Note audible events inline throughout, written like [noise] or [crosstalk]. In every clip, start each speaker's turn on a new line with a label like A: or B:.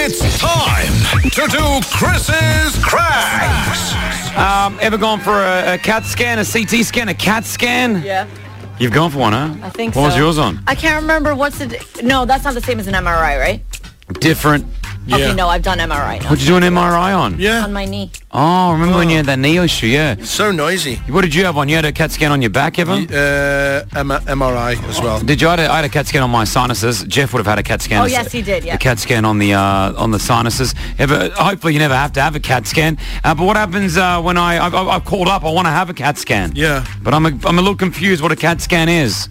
A: It's time to do Chris's cracks.
B: Um, ever gone for a, a CAT scan, a CT scan, a CAT scan?
C: Yeah,
B: You've gone for one, huh?
C: I think
B: what
C: so.
B: was yours on?
C: I can't remember what's the... No, that's not the same as an MRI, right?
B: Different.
C: Okay, no, I've done MRI now.
B: What'd you do an MRI on?
C: On
D: Yeah.
C: my knee.
B: Oh, remember when you had that knee issue? Yeah.
D: So noisy.
B: What did you have on? You had a CAT scan on your back, Evan?
D: Uh, M- MRI as well.
B: Did you? I had, a, I had a CAT scan on my sinuses. Jeff would have had a CAT scan.
C: Oh, yes, he did, yeah.
B: A CAT scan on the uh, on the sinuses. Ever, hopefully, you never have to have a CAT scan. Uh, but what happens uh, when I I've, I've I've called up? I want to have a CAT scan.
D: Yeah.
B: But I'm a, I'm a little confused what a CAT scan is.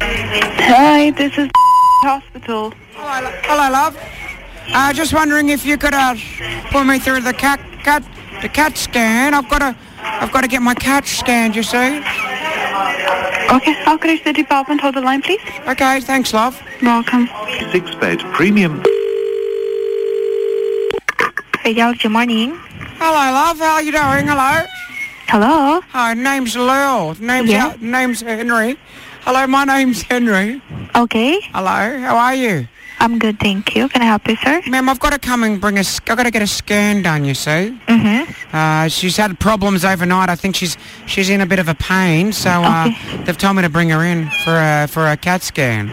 E: Hi, this is [laughs] hospital.
F: Hello, lo- hello, love. Uh, just wondering if you could uh, pull me through the cat cat the cat scan. I've got to I've got to get my cat scanned. You see?
E: Okay, how could I reach the department? Hold the line, please.
F: Okay, thanks, love.
E: Welcome.
G: six bed premium
E: Hey, y'all, good morning.
F: Hello, love. How you doing? Hello.
E: Hello.
F: Hi, name's Lil. Name's
E: Yeah.
F: uh, name's Henry. Hello, my name's Henry.
E: Okay,
F: Hello, how are you,
E: I'm good, thank you. Can I help you, sir?
F: ma'am? I've got to come and bring a. sc- I've got to get a scan done. You see?
E: Mm-hmm.
F: Uh, she's had problems overnight. I think she's she's in a bit of a pain, so uh,
E: Okay.
F: they've told me to bring her in for a for a CAT scan.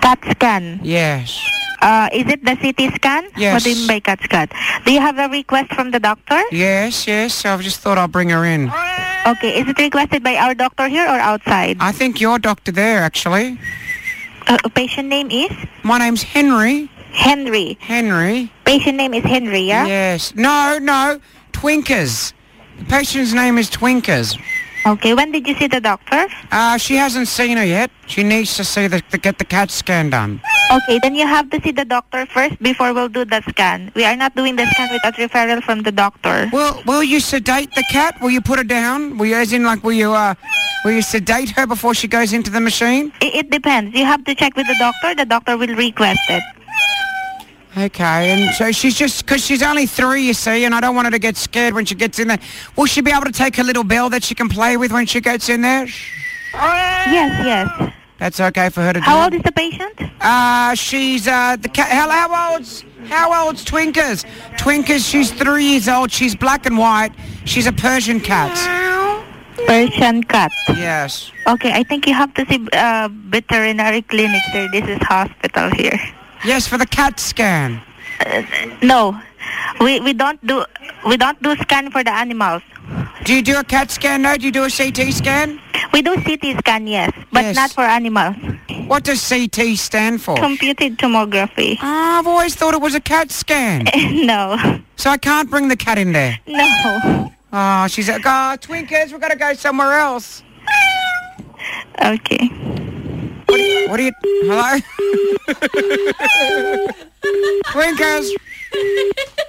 E: CAT scan.
F: Yes.
E: Uh, is it the CT scan?
F: Yes.
E: What do you mean by CAT scan? Do you have a request from the doctor?
F: Yes, yes. So I've just thought I'll bring her in.
E: Okay, is it requested by our doctor here or outside?
F: I think your doctor there actually.
E: Uh, patient name is
F: My name's Henry.
E: Henry.
F: Henry.
E: Patient name is Henry, yeah?
F: Yes. No, no. Twinkers. The patient's name is Twinkers.
E: Okay, when did you see the doctor?
F: Uh, she hasn't seen her yet. She needs to see the, to get the CAT scan done.
E: Okay, then you have to see the doctor first before we'll do the scan. We are not doing the scan without referral from the doctor.
F: Will Will you sedate the cat? Will you put her down? Will you, as in, like, will you, uh, will you sedate her before she goes into the machine?
E: It, it depends. You have to check with the doctor. The doctor will request it.
F: Okay, and so she's just because she's only three, you see, and I don't want her to get scared when she gets in there. Will she be able to take her little bell that she can play with when she gets in there?
E: Yes, yes.
F: That's okay for her to do.
E: How old is the patient?
F: Uh, she's uh the cat. How, how old's how old's Twinkers? Twinkers, she's three years old. She's black and white. She's a Persian cat.
E: Persian cat.
F: Yes.
E: Okay, I think you have to see uh, veterinary clinic, sir. This is hospital here.
F: Yes, for the cat scan.
E: No, we we don't do we don't do scan for the animals.
F: Do you do a cat scan? No. Do you do a CT scan?
E: We do CT scan, yes, but
F: Yes.
E: not for animals.
F: What does CT stand for?
E: Computed tomography. [laughs]
F: Ah, I've always thought it was a cat scan.
E: no,
F: So I can't bring the cat in there.
E: no.
F: Oh, she's like, oh, Twinkers, we've got to go somewhere else.
E: Okay.
F: What are you... [laughs] Hello? Twinkers.